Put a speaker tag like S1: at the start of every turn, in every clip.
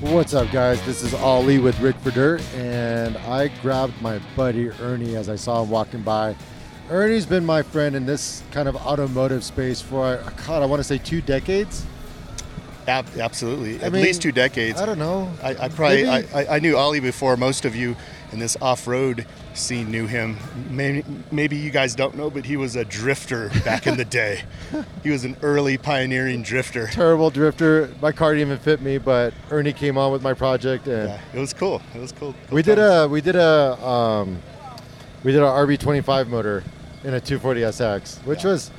S1: What's up, guys? This is Ali with Rick for Dirt, and I grabbed my buddy Ernie as I saw him walking by. Ernie's been my friend in this kind of automotive space for, uh, God, I want to say two decades.
S2: Ab- absolutely.
S1: I
S2: At
S1: mean,
S2: least two decades.
S1: I don't know.
S2: I, I probably I,
S1: Maybe-
S2: I, I knew Ollie before most of you in this off-road scene knew him. Maybe, maybe you guys don't know, but he was a drifter back in the day. He was an early pioneering drifter.
S1: Terrible drifter. My car didn't even fit me, but Ernie came on with my project, and
S2: Yeah, it was cool. It was cool. cool
S1: we did
S2: times.
S1: a we did a um, we did a RB25 motor in a 240SX, which
S2: Yeah.
S1: was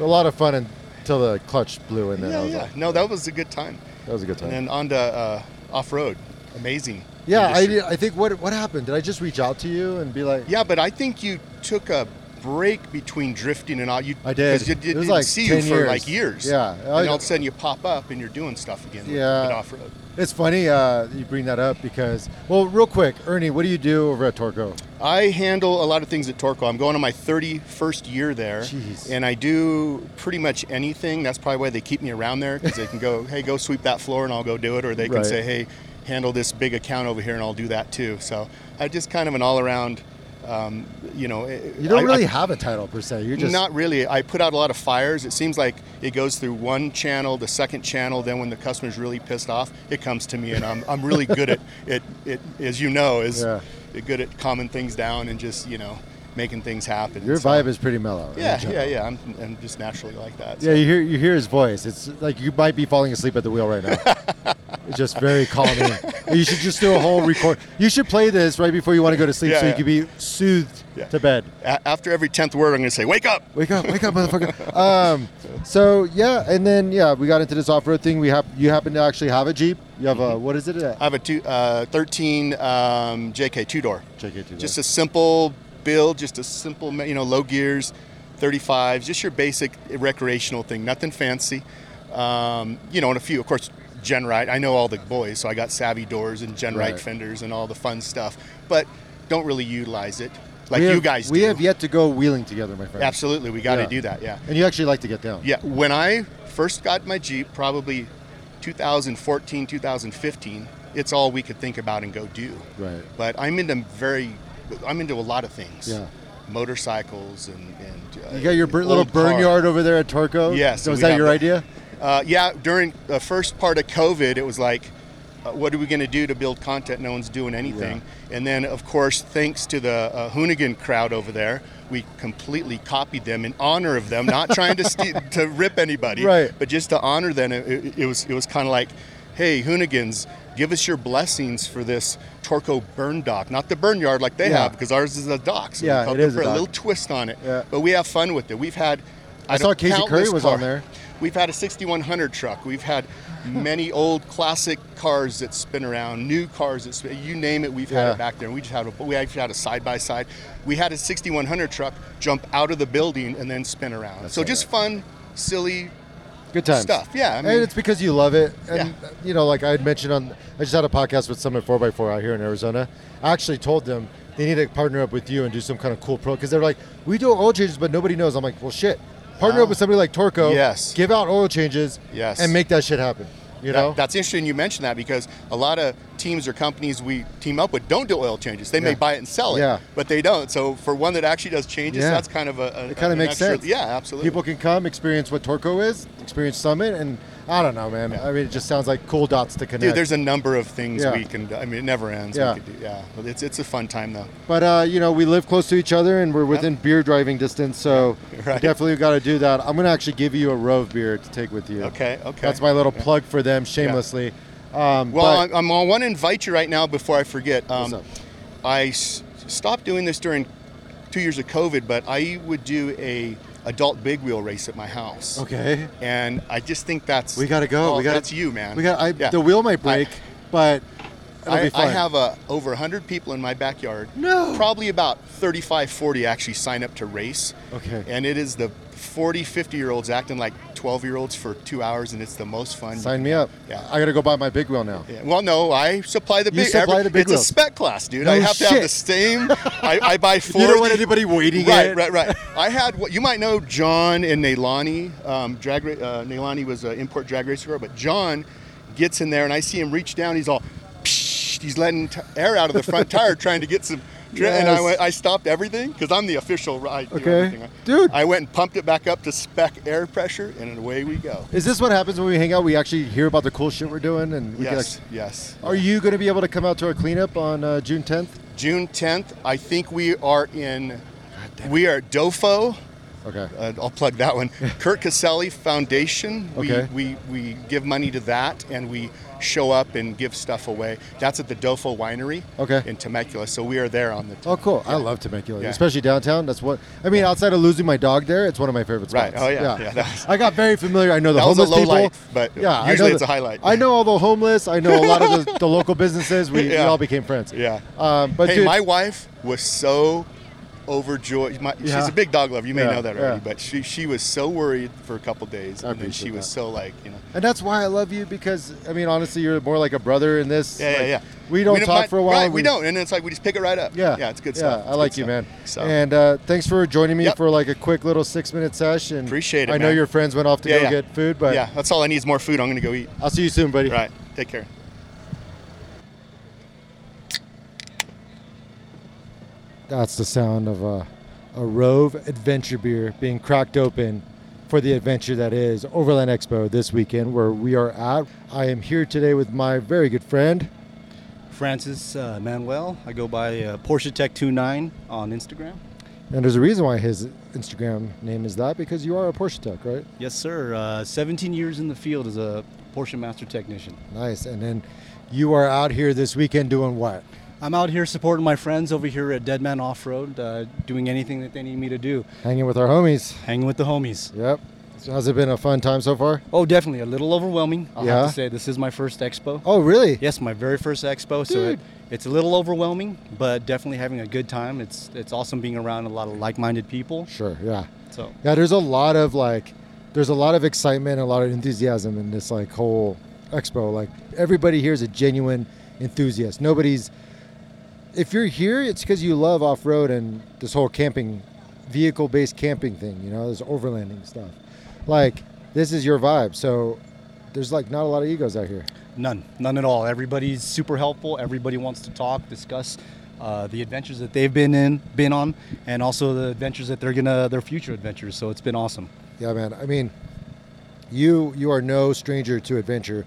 S1: a lot of fun until the clutch blew, and then I
S2: yeah,
S1: was
S2: yeah.
S1: like,
S2: no, that was a good time.
S1: that was a good time.
S2: And then on to uh, off-road. Amazing.
S1: Yeah, I,
S2: industry.
S1: did- I think what what happened? Did I just reach out to you and be like,
S2: Yeah, but I think you took a break between drifting and all. You,
S1: I did.
S2: 'cause You, did
S1: It was
S2: didn't
S1: like
S2: see
S1: 10
S2: you for
S1: years.
S2: like years.
S1: Yeah.
S2: And
S1: I-
S2: all of a sudden you pop up and you're doing stuff again. with-
S1: Yeah.
S2: With off road.
S1: It's funny uh, you bring that up because well, real quick, Ernie, what do you do over at Torco?
S2: I handle a lot of things at Torco. I'm going on my 31st year there,
S1: Jeez.
S2: and I do pretty much anything. That's probably why they keep me around there because they can go, hey, go sweep that floor, and I'll go do it, or they can
S1: Right.
S2: say, hey, handle this big account over here, and I'll do that too. So I just kind of an all around, um, you know.
S1: You don't
S2: I- I-
S1: really have a title per se. You're just
S2: not really. I put out a lot of fires. It seems like it goes through one channel, the second channel. Then when the customer's really pissed off, it comes to me, and I'm, I'm really good at it, it. As you know, is
S1: Yeah.
S2: good at calming things down and just you know making things happen.
S1: your
S2: So-
S1: vibe is pretty mellow. right,
S2: Yeah,
S1: John?
S2: yeah, yeah. I'm, I'm just naturally like that. so.
S1: Yeah, you hear you hear his voice. It's like you might be falling asleep at the wheel right now. it's just very calming. you should just do a whole record. You should play this right before you want to go to sleep,
S2: Yeah,
S1: so
S2: yeah.
S1: you can be soothed
S2: Yeah.
S1: to bed.
S2: A- after every tenth word, I'm going to say, "Wake up!"
S1: Wake up, wake up, motherfucker. Um, so yeah, and then yeah, we got into this off-road thing. We have you happen to actually have a Jeep. You have a what is it? A
S2: I have a two, Mm-hmm. uh, 13 um, JK two door.
S1: JK two-door.
S2: Just a simple build, just a simple, ma- you know, low gears, 35s, just your basic recreational thing, nothing fancy. Um, you know, and a few, of course, gen ride. I know all the boys, so I got savvy doors and gen
S1: Right.
S2: ride fenders and all the fun stuff, but don't really utilize it like
S1: we
S2: you
S1: have-
S2: guys
S1: We
S2: do.
S1: have yet to go wheeling together, my friend.
S2: Absolutely, we got to
S1: Yeah.
S2: do that, yeah.
S1: And you actually like to get down.
S2: Yeah, when I first got my Jeep, probably 2014, 2015, it's all we could think about and go do.
S1: Right.
S2: But I'm into very, I'm into a lot of things.
S1: Yeah.
S2: Motorcycles and, and uh,
S1: You got your bur-
S2: old
S1: little burn
S2: car.
S1: yard over there at Torco.
S2: Yes,
S1: So was
S2: we
S1: that
S2: have
S1: your
S2: that.
S1: idea?
S2: Uh, yeah, during the first part of COVID, it was like, uh, what are we going to do to build content? No one's doing anything. And then, of course, thanks to the uh, Hoonigan crowd over there, we completely copied them in honor of them, not trying to st- to rip anybody,
S1: Right.
S2: but just to honor them. It, it- it was it was kind of like, hey, Hoonigans, give us your blessings for this Torco burn dock, not the burn yard like they
S1: Yeah.
S2: have, because ours is a dock. So we
S1: Yeah,
S2: called
S1: it is a
S2: for
S1: dock.
S2: little twist on it.
S1: Yeah.
S2: But we have fun with it. We've had.
S1: I saw
S2: don't-
S1: Casey Curry
S2: countless
S1: was
S2: car-
S1: on there.
S2: We've had a 6100 truck. We've had many old classic cars that spin around, new cars that spin. You name it, we've had
S1: Yeah.
S2: it back there. We just had a we actually had a side by side. We had a 6100 truck jump out of the building and then spin around. so
S1: right.
S2: just fun, silly.
S1: Good times.
S2: Stuff, yeah, I mean-
S1: and it's because you love it. And,
S2: Yeah.
S1: you know, like I had mentioned on, I just had a podcast with Summit 4x4 out here in Arizona. I actually told them they need to partner up with you and do some kind of cool pro because they're like, we do oil changes, but nobody knows. I'm like, well, shit. Partner up with somebody like Torco.
S2: Yes.
S1: Give out oil changes.
S2: Yes.
S1: And make that shit happen. You know?
S2: That- that's interesting you mentioned that because a lot of teams or companies we team up with don't do oil changes. They
S1: Yeah.
S2: may buy it and sell it,
S1: Yeah.
S2: but they don't. So for one that actually does changes,
S1: Yeah.
S2: that's kind of a, a
S1: it kind of
S2: an
S1: makes
S2: extra-
S1: sense.
S2: Yeah, absolutely.
S1: People can come experience what Torco is, experience Summit, and I don't know, man. I mean, it just sounds like cool dots to connect.
S2: Dude, there's a number of things
S1: Yeah.
S2: we can. do. I mean, it never ends.
S1: Yeah.
S2: we could do, yeah. But It's it's a fun time though.
S1: But uh, you know, we live close to each other, and we're within beer driving distance, so
S2: Right.
S1: definitely got to do that. I'm gonna actually give you a Rove beer to take with you.
S2: Okay, okay.
S1: That's my little plug for them, shamelessly. Um,
S2: Well,
S1: but-
S2: I'm, I'm, I want to invite you right now before I forget.
S1: What's
S2: um,
S1: up?
S2: I s- stopped doing this during two years of COVID, but I would do a adult big wheel race at my house.
S1: okay,
S2: And I just think that's
S1: we gotta go.
S2: Oh,
S1: we got
S2: that's you, man.
S1: We got I,
S2: Yeah.
S1: the wheel might
S2: I-
S1: break, but it'll
S2: I,
S1: be fun.
S2: I have uh, over 100 people in my backyard.
S1: No.
S2: Probably about 35, 40 actually sign up to race.
S1: Okay.
S2: And it is the 40, 50 year olds acting like 12 year olds for two hours, and it's the most fun.
S1: Sign me up.
S2: Yeah.
S1: I gotta go buy my big wheel now.
S2: Yeah, Well, no, I supply the
S1: You
S2: big.
S1: supply the big
S2: It's
S1: wheels.
S2: a spec class, dude. I
S1: No
S2: have to have
S1: shit.
S2: the same. I, I buy four.
S1: You don't
S2: of
S1: want
S2: the-
S1: anybody waiting
S2: Right,
S1: it.
S2: right, right. I had what you might know. John and Neilani, um, drag ra- uh, Neilani was an import drag racer, girl, but John gets in there, and I see him reach down. He's all, he's letting t- air out of the front tire trying to get some. Tri- And I
S1: Yes.
S2: went, I stopped everything because I'm the official ride.
S1: Okay. Dude.
S2: I went and pumped it back up to spec air pressure, and away we go.
S1: Is this what happens when we hang out? We actually hear about the cool shit we're doing, and we can
S2: Yes,
S1: act-
S2: yes.
S1: Are you going to be able to come out to our cleanup on uh, June 10th?
S2: June 10th, I think we are in. We are DOFO.
S1: Okay.
S2: Uh, I'll plug that one. Kurt Caselli Foundation.
S1: Okay.
S2: We, we we give money to that, and we show up and give stuff away. That's at the DOFO Winery.
S1: Okay.
S2: In Temecula, so we are there on the.
S1: Oh, cool! I love Temecula,
S2: Yeah.
S1: especially downtown. That's what I mean. Outside of losing my dog there, it's one of my favorite
S2: Right.
S1: spots.
S2: Oh, yeah. Yeah, that was-
S1: I got very familiar. I know the
S2: That was a
S1: homeless
S2: low
S1: people,
S2: light, but
S1: I
S2: usually
S1: know
S2: it's
S1: the-
S2: a highlight.
S1: I know all the homeless. I know a lot of the, the local businesses. We, we
S2: Yeah.
S1: all became friends.
S2: Yeah.
S1: Um, but
S2: hey,
S1: dude,
S2: my wife was so overjoyed. My,
S1: Yeah.
S2: She's a big dog lover. You may
S1: Yeah,
S2: know that already,
S1: yeah.
S2: but she she was so worried for a couple days,
S1: I
S2: and then she
S1: appreciate
S2: was
S1: that.
S2: so like you know.
S1: and that's why I love you because I mean, honestly, you're more like a brother in this.
S2: Yeah, yeah,
S1: Like,
S2: yeah.
S1: We don't
S2: didn't
S1: talk
S2: mind-
S1: for a while.
S2: Right, we, don't, and it's like we just pick it right up.
S1: Yeah,
S2: yeah, it's good
S1: yeah,
S2: stuff.
S1: I
S2: It's
S1: like
S2: good
S1: you,
S2: stuff.
S1: man.
S2: So,
S1: And uh, thanks for joining me
S2: Yep.
S1: for like a quick little six-minute session.
S2: Appreciate it,
S1: I know
S2: man.
S1: your friends went off to
S2: Yeah,
S1: go
S2: yeah.
S1: get food, but
S2: yeah, that's all I need is more food. I'm gonna go eat.
S1: I'll see you soon, buddy.
S2: Right, take care.
S1: That's the sound of a, a Rove adventure beer being cracked open for the adventure that is Overland Expo this weekend, where we are at. I am here today with my very good friend.
S3: Francis uh, Manuel. I go by uh, Porsche Tech 29 on Instagram.
S1: And there's a reason why his Instagram name is that because you are a Porsche tech, right?
S3: Yes, sir. Uh, 17 years in the field as a Porsche Master Technician.
S1: Nice. And then you are out here this weekend doing what?
S3: I'm out here supporting my friends over here at Dead Man Off Road, uh, doing anything that they need me to do,
S1: Hanging with our homies.
S3: hanging with the homies.
S1: Yep. So has it been a fun time so far?
S3: Oh, definitely a little overwhelming. I'll
S1: Yeah?
S3: have to say this is my first expo.
S1: Oh, really?
S3: Yes, my very first expo, so
S1: Dude.
S3: it, it's a little overwhelming, but definitely having a good time. It's it's awesome being around a lot of like-minded people.
S1: Sure. Yeah.
S3: So
S1: Yeah. There's a lot of like, there's a lot of excitement, a lot of enthusiasm in this like whole expo. Like everybody here is a genuine enthusiast. Nobody's. If you're here, it's because you love off road and this whole camping, vehicle based camping thing. You know, this overlanding stuff. Like this is your vibe. So there's like not a lot of egos out here.
S3: None, none at all. Everybody's super helpful. Everybody wants to talk, discuss uh, the adventures that they've been in, been on, and also the adventures that they're gonna, their future adventures. So it's been awesome.
S1: Yeah, man. I mean, you you are no stranger to adventure.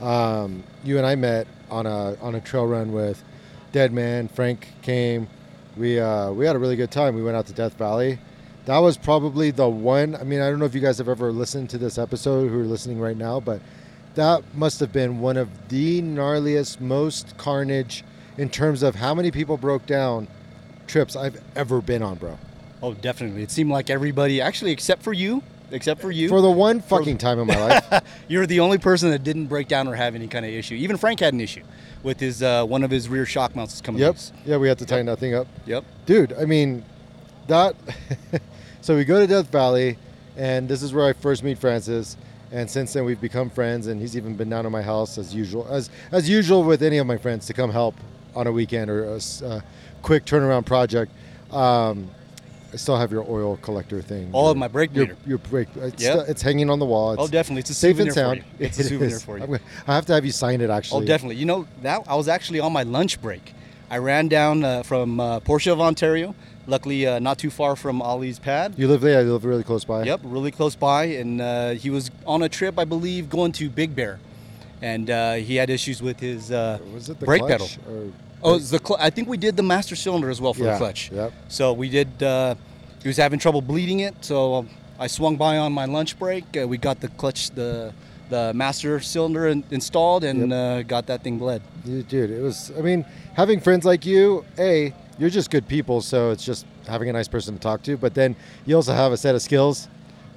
S1: Um, you and I met on a on a trail run with Dead Man. Frank came. We uh, we had a really good time. We went out to Death Valley. That was probably the one. I mean, I don't know if you guys have ever listened to this episode who are listening right now, but that must have been one of the gnarliest, most carnage in terms of how many people broke down trips I've ever been on, bro.
S3: Oh, definitely. It seemed like everybody, actually, except for you, except for you,
S1: For the one fucking time in my life.
S3: you're the only person that didn't break down or have any kind of issue. Even Frank had an issue with his uh, one of his rear shock mounts coming
S1: Yep.
S3: loose.
S1: Yeah, we have to tighten that thing up.
S3: Yep.
S1: Dude, I mean, that. so we go to Death Valley, and this is where I first meet Francis. And since then, we've become friends, and he's even been down to my house as usual, as as usual with any of my friends to come help on a weekend or a s- uh, quick turnaround project. Um, I still have your oil collector thing.
S3: Oh,
S1: Your-
S3: my brake
S1: your,
S3: meter.
S1: Your brake. It's,
S3: Yep.
S1: still- it's hanging on the wall. It's
S3: Oh, definitely. It's a
S1: safe and
S3: souvenir for
S1: sound.
S3: you. It's a
S1: It
S3: souvenir
S1: is.
S3: for you.
S1: I'm gonna- I have to have you sign it actually.
S3: Oh, definitely. You know, that I was actually on my lunch break. I ran down uh, from uh, Portia of Ontario, luckily uh, not too far from Ollie's pad.
S1: You live there. You live really close by.
S3: Yep, really close by, and uh, he was on a trip, I believe, going to Big Bear, and uh, he had issues with his uh,
S1: Was it the
S3: brake pedal.
S1: clutch or-
S3: Oh, it's the cl- I think we did the master cylinder as well for
S1: Yeah,
S3: the clutch.
S1: yep.
S3: So we did. Uh, he was having trouble bleeding it, so um, I swung by on my lunch break. Uh, we got the clutch, the the master cylinder in- installed, and uh, got that thing bled.
S1: You- dude it was i mean having friends like you a you're just good people so it's just having a nice person to talk to but then you also have a set of skills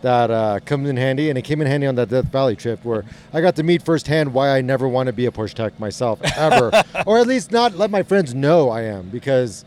S1: that uh, comes in handy and it came in handy on that death valley trip where i got to meet firsthand why i never want to be a porsche tech myself ever or at least not let my friends know i am because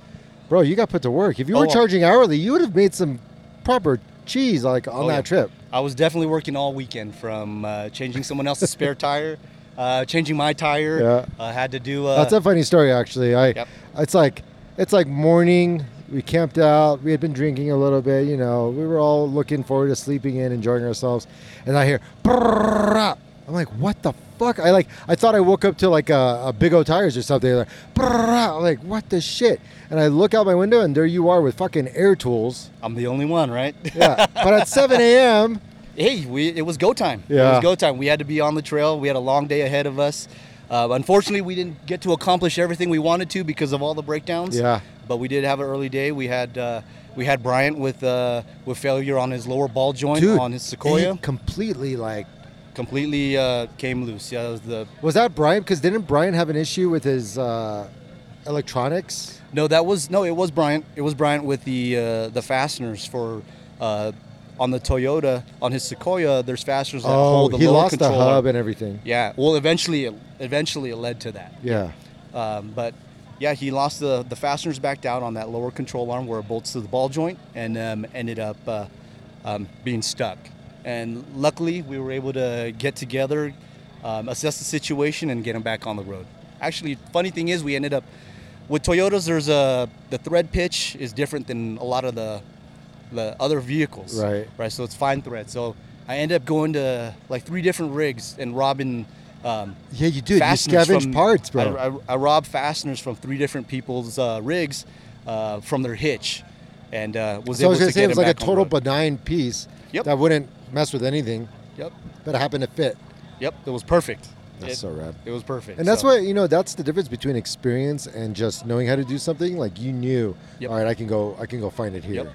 S1: bro you got put to work if you were
S3: Oh.
S1: charging hourly you would have made some proper cheese like on
S3: Oh,
S1: that
S3: yeah.
S1: trip
S3: I was definitely working all weekend from uh, changing someone else's spare tire, uh, changing my tire.
S1: Yeah.
S3: Uh, had to do. Uh,
S1: That's a funny story, actually. I,
S3: Yep.
S1: it's like, it's like morning. We camped out. We had been drinking a little bit. You know, we were all looking forward to sleeping in, enjoying ourselves. And I hear, "Brrrah, I'm like, what the fuck? I like, I thought I woke up to like a, a big O tires or something. Like, brrrr. I'm like, what the shit? And I look out my window, and there you are with fucking air tools.
S3: I'm the only one, right?
S1: Yeah, but at 7 a.m.
S3: hey, we, it was go time. It
S1: Yeah.
S3: was go time. We had to be on the trail. We had a long day ahead of us. Uh, unfortunately, we didn't get to accomplish everything we wanted to because of all the breakdowns.
S1: Yeah.
S3: But we did have an early day. We had uh, we had Bryant with uh, with failure on his lower ball joint
S1: Dude,
S3: on his Sequoia.
S1: it completely like.
S3: Completely uh, came loose. Yeah, that was the
S1: Was that Brian? Because didn't Brian have an issue with his uh, electronics?
S3: No, that was no. It was Bryant. It was Bryant with the uh, the fasteners for uh, on the Toyota on his Sequoia. There's fasteners that hold the
S1: Oh, he
S3: lower
S1: lost the
S3: controller.
S1: hub and everything.
S3: yeah. Well, eventually, it, eventually it led to that.
S1: Yeah.
S3: Um, but yeah, he lost the the fasteners back down on that lower control arm where it bolts to the ball joint, and um, ended up uh, um, being stuck. And luckily, we were able to get together, um, assess the situation, and get him back on the road. Actually, funny thing is, we ended up with Toyotas. There's a the thread pitch is different than a lot of the the other vehicles.
S1: Right.
S3: Right. So it's fine thread. So I ended up going to like three different rigs and robbing. Um,
S1: Yeah, you do. You
S3: fasteners
S1: scavenge
S3: from-
S1: parts, bro.
S3: I, I, I robbed fasteners from three different people's uh, rigs uh, from their hitch, and uh, was
S1: so I
S3: able
S1: was
S3: to
S1: gonna
S3: get
S1: say it was
S3: them
S1: like a
S3: back on the
S1: total
S3: road.
S1: benign piece
S3: Yep.
S1: that wouldn't mess with anything,
S3: Yep,
S1: but it happened to fit.
S3: yep, it was perfect.
S1: That's
S3: It-
S1: so rad.
S3: It was perfect.
S1: And that's
S3: so-
S1: what you know. That's the difference between experience and just knowing how to do something. Like you knew,
S3: Yep.
S1: all right, I can go. I can go find it here.
S3: Yep.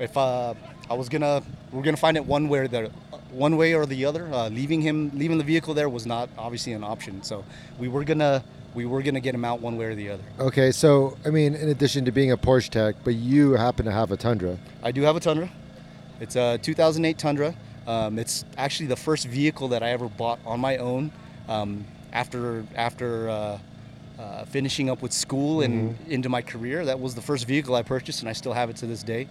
S3: If uh, I was gonna, we're gonna find it one way or the, one way or the other. Uh, leaving him, leaving the vehicle there was not obviously an option. So we were gonna, we were gonna get him out one way or the other.
S1: Okay, so I mean, in addition to being a Porsche tech, but you happen to have a Tundra.
S3: I do have a Tundra. It's a 2008 Tundra. Um, it's actually the first vehicle that I ever bought on my own um, after after uh, uh, finishing up with school and into my career. That was the first vehicle I purchased, and I still have it to this day.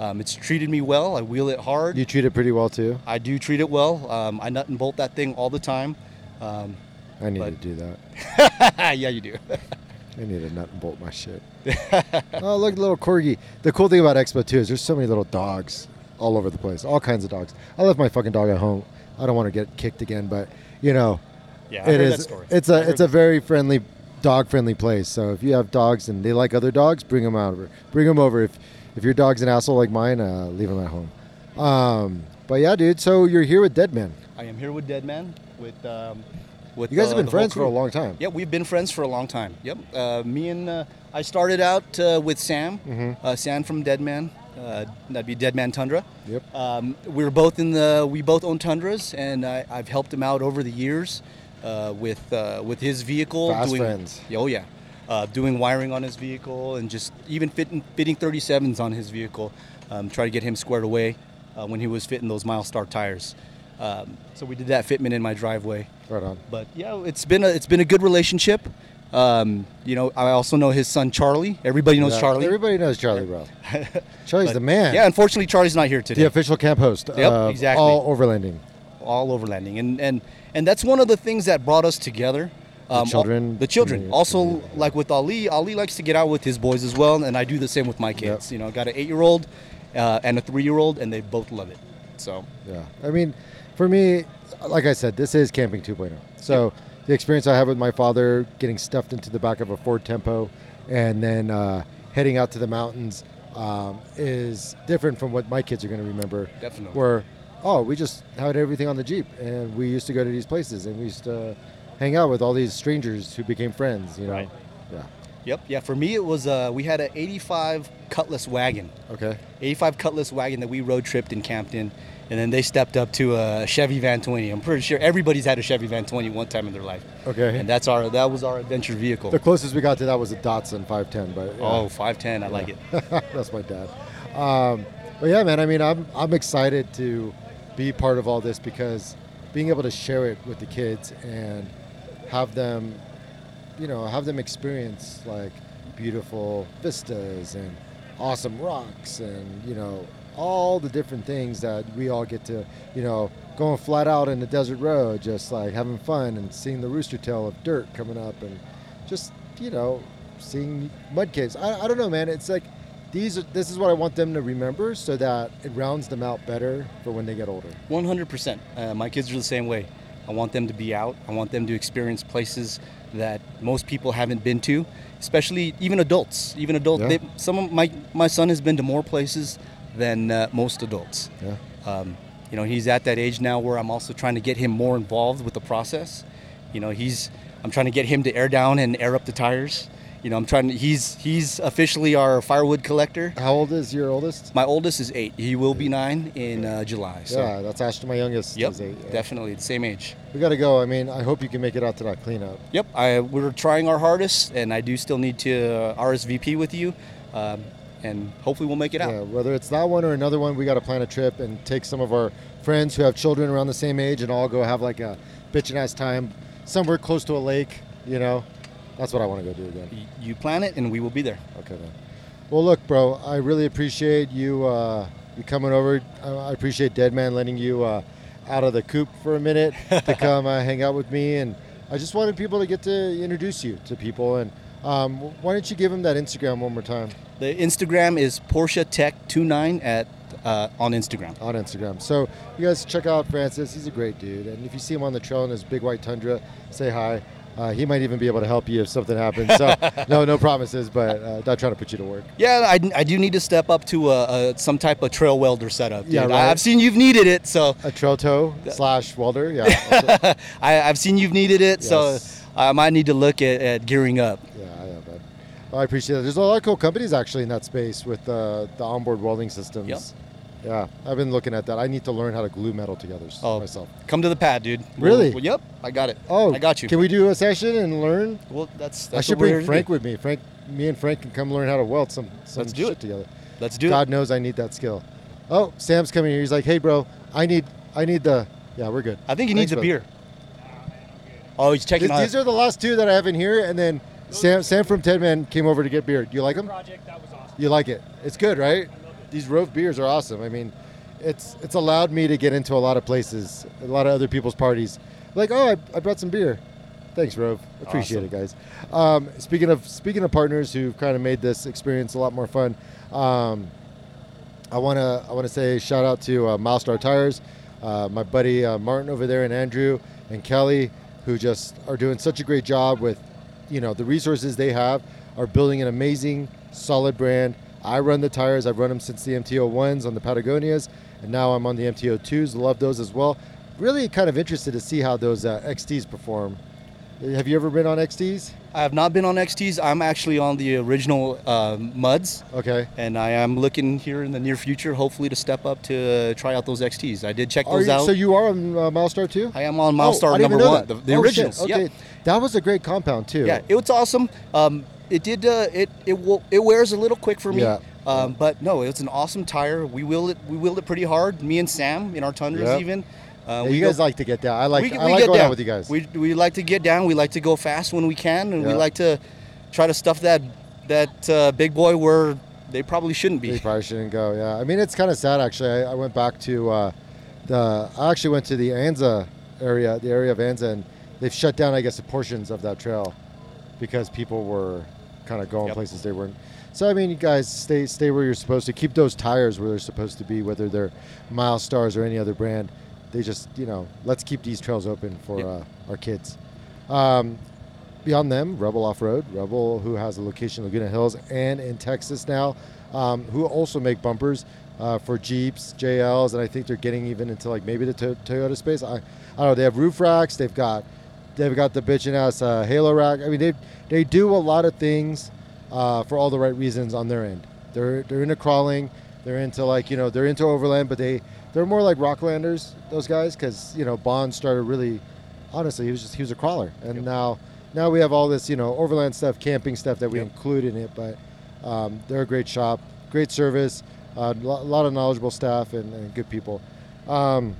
S3: Um, it's treated me well. I wheel it hard.
S1: You treat it pretty well too.
S3: I do treat it well. Um, I nut and bolt that thing all the time. Um,
S1: I need
S3: But-
S1: to do that.
S3: yeah, you do.
S1: I need to nut and bolt my shit. oh, look, little corgi. The cool thing about Expo too is there's so many little dogs all over the place, all kinds of dogs. I left my fucking dog at home. I don't want to get kicked again, but you know,
S3: Yeah, I
S1: it
S3: heard that
S1: is.
S3: story.
S1: It's
S3: I
S1: a
S3: heard
S1: it's a very friendly, dog friendly place. So if you have dogs and they like other dogs, bring them over. Bring them over. If if your dog's an asshole like mine, uh, leave him at home. Um, but yeah, dude. So you're here with Deadman.
S3: I am here with Deadman. With um, with
S1: You guys have
S3: uh,
S1: been
S3: the whole
S1: friends for a
S3: crew.
S1: long time.
S3: Yeah, we've been friends for a long time. Yep. Uh, me and uh, I started out uh, with Sam,
S1: Mm-hmm.
S3: uh, Sam from Deadman. Uh, that'd be Deadman Tundra.
S1: Yep.
S3: Um, we were both in the. We both own Tundras, and I, I've helped him out over the years uh, with uh, with his vehicle.
S1: Fast
S3: doing,
S1: friends.
S3: Yeah, Oh yeah. Uh, doing wiring on his vehicle and just even fitting fitting 37s on his vehicle, um, try to get him squared away uh, when he was fitting those Milestar tires. Um, so we did that fitment in my driveway.
S1: Right on.
S3: But yeah, it's been a it's been a good relationship. Um, you know, I also know his son Charlie. Everybody knows
S1: Yeah,
S3: Charlie.
S1: Everybody knows Charlie, bro. Charlie's the man.
S3: Yeah, unfortunately, Charlie's not here today.
S1: The official camp host.
S3: Yep,
S1: of
S3: exactly.
S1: All overlanding.
S3: all overlanding, and and and that's one of the things that brought us together. all-
S1: children.
S3: the children.
S1: Yeah.
S3: Also, like with Ali, Ali likes to get out with his boys as well, and I do the same with my kids. You know, I got an eight-year-old uh, and a three-year-old, and they both love it. So
S1: Yeah. I mean, for me, like I said, this is camping 2.0. So the experience I had with my father getting stuffed into the back of a Ford Tempo and then uh, heading out to the mountains um, is different from what my kids are going to remember.
S3: Definitely.
S1: Where, oh, we just had everything on the Jeep and we used to go to these places and we used to hang out with all these strangers who became friends, you know?
S3: Right.
S1: Yeah.
S3: Yep. Yeah. For me, it was uh, we had an '85 Cutlass wagon,
S1: Okay.
S3: '85 Cutlass wagon that we road tripped and camped in, and then they stepped up to a Chevy Vantoni. I'm pretty sure everybody's had a Chevy Vantoni one time in their life.
S1: Okay.
S3: And that's our that was our adventure vehicle.
S1: The closest we got to that was a Datsun 510, but yeah.
S3: Oh, 510. I like it.
S1: That's my dad. Um, but yeah, man. I mean, I'm I'm excited to be part of all this because being able to share it with the kids and have them, you know, have them experience like beautiful vistas and awesome rocks and you know all the different things that we all get to, you know, going flat out in the desert road, just like having fun and seeing the rooster tail of dirt coming up and just you know seeing mud caves. I, I don't know, man. It's like these are this is what I want them to remember so that it rounds them out better for when they get older.
S3: One hundred percent. My Uh, kids are the same way. I want them to be out. I want them to experience places that most people haven't been to, especially even adults. Even adults.
S1: Yeah.
S3: They, some of my my son has been to more places than uh, most adults.
S1: Yeah.
S3: Um, you know, he's at that age now where I'm also trying to get him more involved with the process. You know, he's I'm trying to get him to air down and air up the tires. You know, I'm trying to, he's he's officially our firewood collector.
S1: How old is your oldest?
S3: My oldest is eight. He will be nine in uh, July. So.
S1: yeah, that's Ashton, my youngest.
S3: Yep,
S1: is eight, yeah.
S3: definitely the same age.
S1: We got to go. I mean, I hope you can make it out to that cleanup.
S3: Yep, I, we're trying our hardest, and I do still need to uh, RSVP with you, um, and hopefully we'll make it out.
S1: Yeah, whether it's that one or another one, we got to plan a trip and take some of our friends who have children around the same age and all go have like a bitchin' ass time somewhere close to a lake. You know, that's what I want to go do again.
S3: Y- You plan it, and we will be there.
S1: Okay then. Well, look, bro, I really appreciate you uh, you coming over. I I appreciate Dead Man letting you uh, out of the coop for a minute to come uh, hang out with me, and I just wanted people to get to introduce you to people. And um, why don't you give him that Instagram one more time
S3: The Instagram is Porsche Tech 29 at uh, on Instagram.
S1: on Instagram? So you guys check out Francis; he's a great dude, and if you see him on the trail in his big white tundra, say hi. Uh, he might even be able to help you if something happens. So no, no promises, but uh, not trying to put you to work.
S3: Yeah, I, I do need to step up to a, a, some type of trail welder setup.
S1: Yeah,
S3: dude.
S1: right.
S3: I, I've seen you've needed it, so
S1: A trail toe slash welder, yeah.
S3: I, I've seen you've needed it,
S1: Yes.
S3: so I might need to look at, at gearing up.
S1: Yeah, I know, but I appreciate it. There's a lot of cool companies actually in that space with uh, the onboard welding systems.
S3: Yep.
S1: Yeah, I've been looking at that. I need to learn how to glue metal together s-
S3: Oh.
S1: myself.
S3: Come to the pad, dude.
S1: Really?
S3: Well, yep, I got it.
S1: Oh,
S3: I got you.
S1: Can we do a session and learn?
S3: well, that's, that's
S1: I
S3: what
S1: should
S3: we're
S1: bring
S3: here to
S1: Frank
S3: do.
S1: with me. Frank, me and Frank can come learn how to weld some some
S3: Let's do
S1: shit
S3: it.
S1: together.
S3: Let's do
S1: God
S3: it.
S1: knows I need that skill. Oh, Sam's coming here. He's like, "Hey, bro, I need I need the yeah, we're good."
S3: I think he
S1: Thanks,
S3: needs a
S1: brother.
S3: beer. Oh, he's checking
S1: These,
S3: on.
S1: these are the last two that I have in here, and then Sam Sam from Ted Man came over to get beer. Do you like them?
S4: project. That was awesome.
S1: You like it? It's good, right? These Rove beers are awesome. I mean, it's it's allowed me to get into a lot of places, a lot of other people's parties. Like, oh, I, I brought some beer. Thanks, Rove. Appreciate it, guys. Um, speaking of speaking of partners who've kind of made this experience a lot more fun, um, I wanna I wanna say shout out to uh, Milestar Tires, uh, my buddy uh, Martin over there, and Andrew and Kelly, who just are doing such a great job with, you know, the resources they have are building an amazing, solid brand. I run the tires. I've run them since the MTO ones on the Patagonias, and now I'm on the MTO twos. Love those as well. Really kind of interested to see how those uh, XTs perform. Have you ever been on XTs?
S3: I have not been on XTs. I'm actually on the original uh, muds,
S1: Okay.
S3: and I am looking here in the near future, hopefully, to step up to uh, try out those XTs. I did check
S1: Are
S3: those
S1: you,
S3: out.
S1: so you are on uh, Milestar too?
S3: I am on
S1: Oh,
S3: Milestar
S1: I didn't
S3: number
S1: even know
S3: one, the,
S1: that.
S3: the
S1: Oh, shit.
S3: originals. yeah.
S1: Okay. That was a great compound too.
S3: yeah, it was awesome. Um, it did. Uh, it it wo- it wears a little quick for me.
S1: Yeah.
S3: Um, but no, it's an awesome tire. We wheeled it. We wheeled it pretty hard. Me and Sam in our tundras
S1: Yeah.
S3: even. Uh,
S1: Yeah,
S3: we
S1: you
S3: go-
S1: guys like to get down. I like.
S3: we,
S1: I
S3: we
S1: like
S3: get
S1: going
S3: down
S1: out with you guys.
S3: We, we like to get down. We like to go fast when we can, and we
S1: Yeah.
S3: like to try to stuff that that uh, big boy where they probably shouldn't
S1: They
S3: be.
S1: probably shouldn't go. Yeah, I mean it's kind of sad actually. I, I went back to uh, the. I actually went to the Anza area, the area of Anza, and they've shut down I guess the portions of that trail because people were kind of going
S3: Yep.
S1: places they weren't. So I mean, you guys stay stay where you're supposed to. Keep those tires where they're supposed to be, whether they're Mile Stars or any other brand. They just you know let's keep these trails open for
S3: Yep.
S1: uh, our kids. Um, beyond them, Rebel Off Road, Rebel, who has a location in Laguna Hills and in Texas now, um, who also make bumpers uh, for Jeeps, JLs, and I think they're getting even into like maybe the to- Toyota space. I, I don't know. They have roof racks. They've got they've got the bitchin' ass uh, halo rack. I mean, they they do a lot of things uh, for all the right reasons on their end. They're they're into crawling. They're into like you know they're into overland, but they they're more like rocklanders. Those guys, because you know Bond started really honestly, he was just he was a crawler, and now now we have all this you know overland stuff, camping stuff that we include in it. But um, they're a great shop, great service, a lot of knowledgeable staff, and, and good people. Um,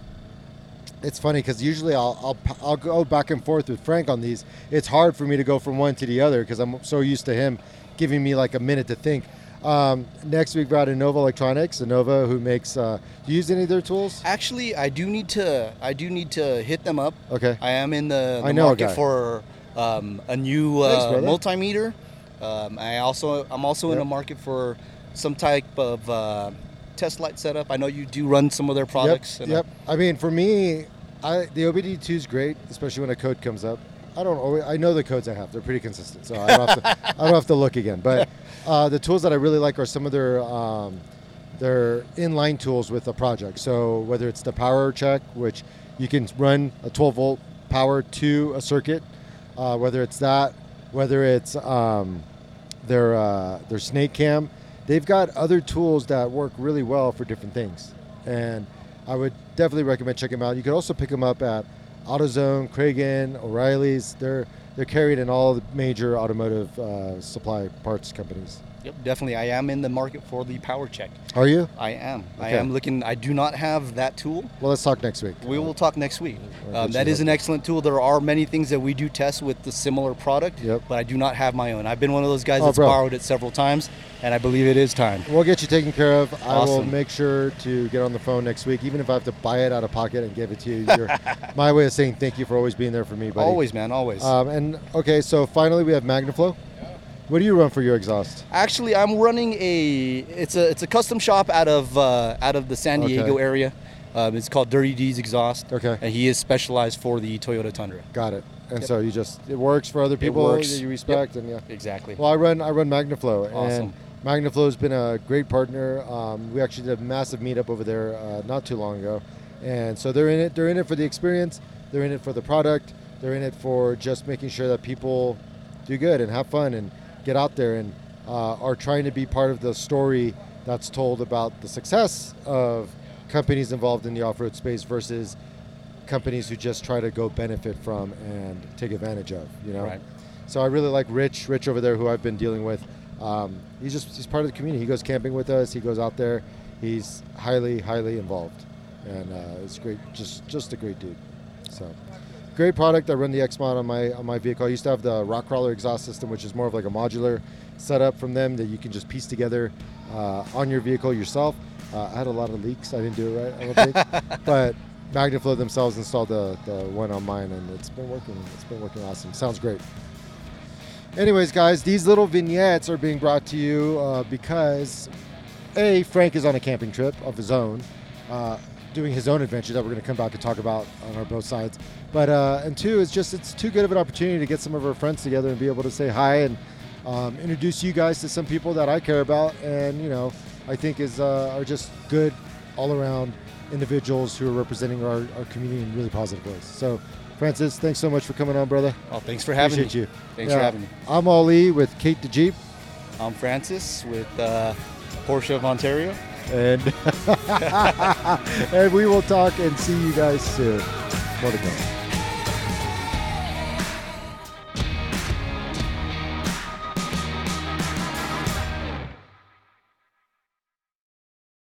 S1: it's funny because usually I'll, I'll p- I'll go back and forth with Frank on these. It's hard for me to go from one to the other because I'm so used to him giving me like a minute to think. Um, next week, we're at Innova Electronics, Innova, who makes. Uh, do you use any of their tools?
S3: Actually, I do need to I do need to hit them up.
S1: Okay.
S3: I am in the, the
S1: I know a
S3: market
S1: guy.
S3: for um, a new
S1: Thanks,
S3: uh,
S1: brother.
S3: multimeter. Um, I also I'm also in
S1: Yep.
S3: the market for some type of uh, test light setup. I know you do run some of their products.
S1: Yep.
S3: and I-
S1: yep. I mean, for me, I the OBD2 is great, especially when a code comes up. I don't always. I know the codes I have; they're pretty consistent, so I don't have to, I don't have to look again. But uh, the tools that I really like are some of their um, their inline tools with a project. So whether it's the power check, which you can run a 12 volt power to a circuit, uh, whether it's that, whether it's um, their uh, their snake cam, they've got other tools that work really well for different things. And I would definitely recommend checking them out. You could also pick them up at AutoZone, Kragen, O'Reilly's. They're they're carried in all the major automotive uh, supply parts companies.
S3: Yep, definitely. I am in the market for the power check.
S1: Are you?
S3: I am. I
S1: Okay.
S3: am looking. I do not have that tool.
S1: Well, let's talk next week.
S3: We will talk next week. Um,
S1: you
S3: that is
S1: have
S3: an excellent tool. There are many things that we do test with the similar product,
S1: Yep.
S3: but I do not have my own. I've been one of those guys
S1: Oh,
S3: that's
S1: bro.
S3: borrowed it several times, and I believe it is time.
S1: We'll get you taken care of. I will
S3: Awesome.
S1: make sure to get on the phone next week, even if I have to buy it out of pocket and give it to you. You're my way of saying thank you for always being there for me, buddy.
S3: Always, man, always.
S1: Um, and okay, so finally we have Magnaflow. What do you run for your exhaust?
S3: Actually, I'm running a it's a it's a custom shop out of uh, out of the San
S1: Okay.
S3: Diego area. Um, it's called Dirty D's Exhaust.
S1: Okay.
S3: And he is specialized for the Toyota Tundra.
S1: Got it. And so you just it works for other people
S3: works.
S1: that you
S3: Yep.
S1: respect, and yeah.
S3: Exactly.
S1: Well, I run I run Magnaflow, and
S3: Awesome.
S1: Magnaflow has been a great partner. Um, we actually did a massive meetup over there uh, not too long ago, and so they're in it. They're in it for the experience. They're in it for the product. They're in it for just making sure that people do good and have fun and get out there and uh, are trying to be part of the story that's told about the success of companies involved in the off-road space versus companies who just try to go benefit from and take advantage of. You know.
S3: Right.
S1: So I really like Rich, Rich over there, who I've been dealing with. Um, he's just he's part of the community. He goes camping with us. He goes out there. He's highly, highly involved, and uh, it's great. Just just a great dude. So great product. I run the Xmod on my on my vehicle. I used to have the rock crawler exhaust system, which is more of like a modular setup from them that you can just piece together uh, on your vehicle yourself. Uh, I had a lot of leaks. I didn't do it right. I don't think. but Magnaflow themselves installed the, the one on mine, and it's been working. It's been working awesome. Sounds great. Anyways, guys, these little vignettes are being brought to you uh, because A, Frank is on a camping trip of his own, uh, doing his own adventure that we're going to come back and talk about on our both sides. But, uh, and two, it's just, it's too good of an opportunity to get some of our friends together and be able to say hi and um, introduce you guys to some people that I care about and, you know, I think is, uh, are just good all around individuals who are representing our, our community in really positive ways. So, Francis, thanks so much for coming on, brother.
S3: Oh, thanks for having
S1: Appreciate
S3: me.
S1: you.
S3: Thanks for having me.
S1: I'm Ali with Kate the Jeep,
S3: I'm Francis with uh, Porsche of Ontario.
S1: and and we will talk and see you guys soon. More to come.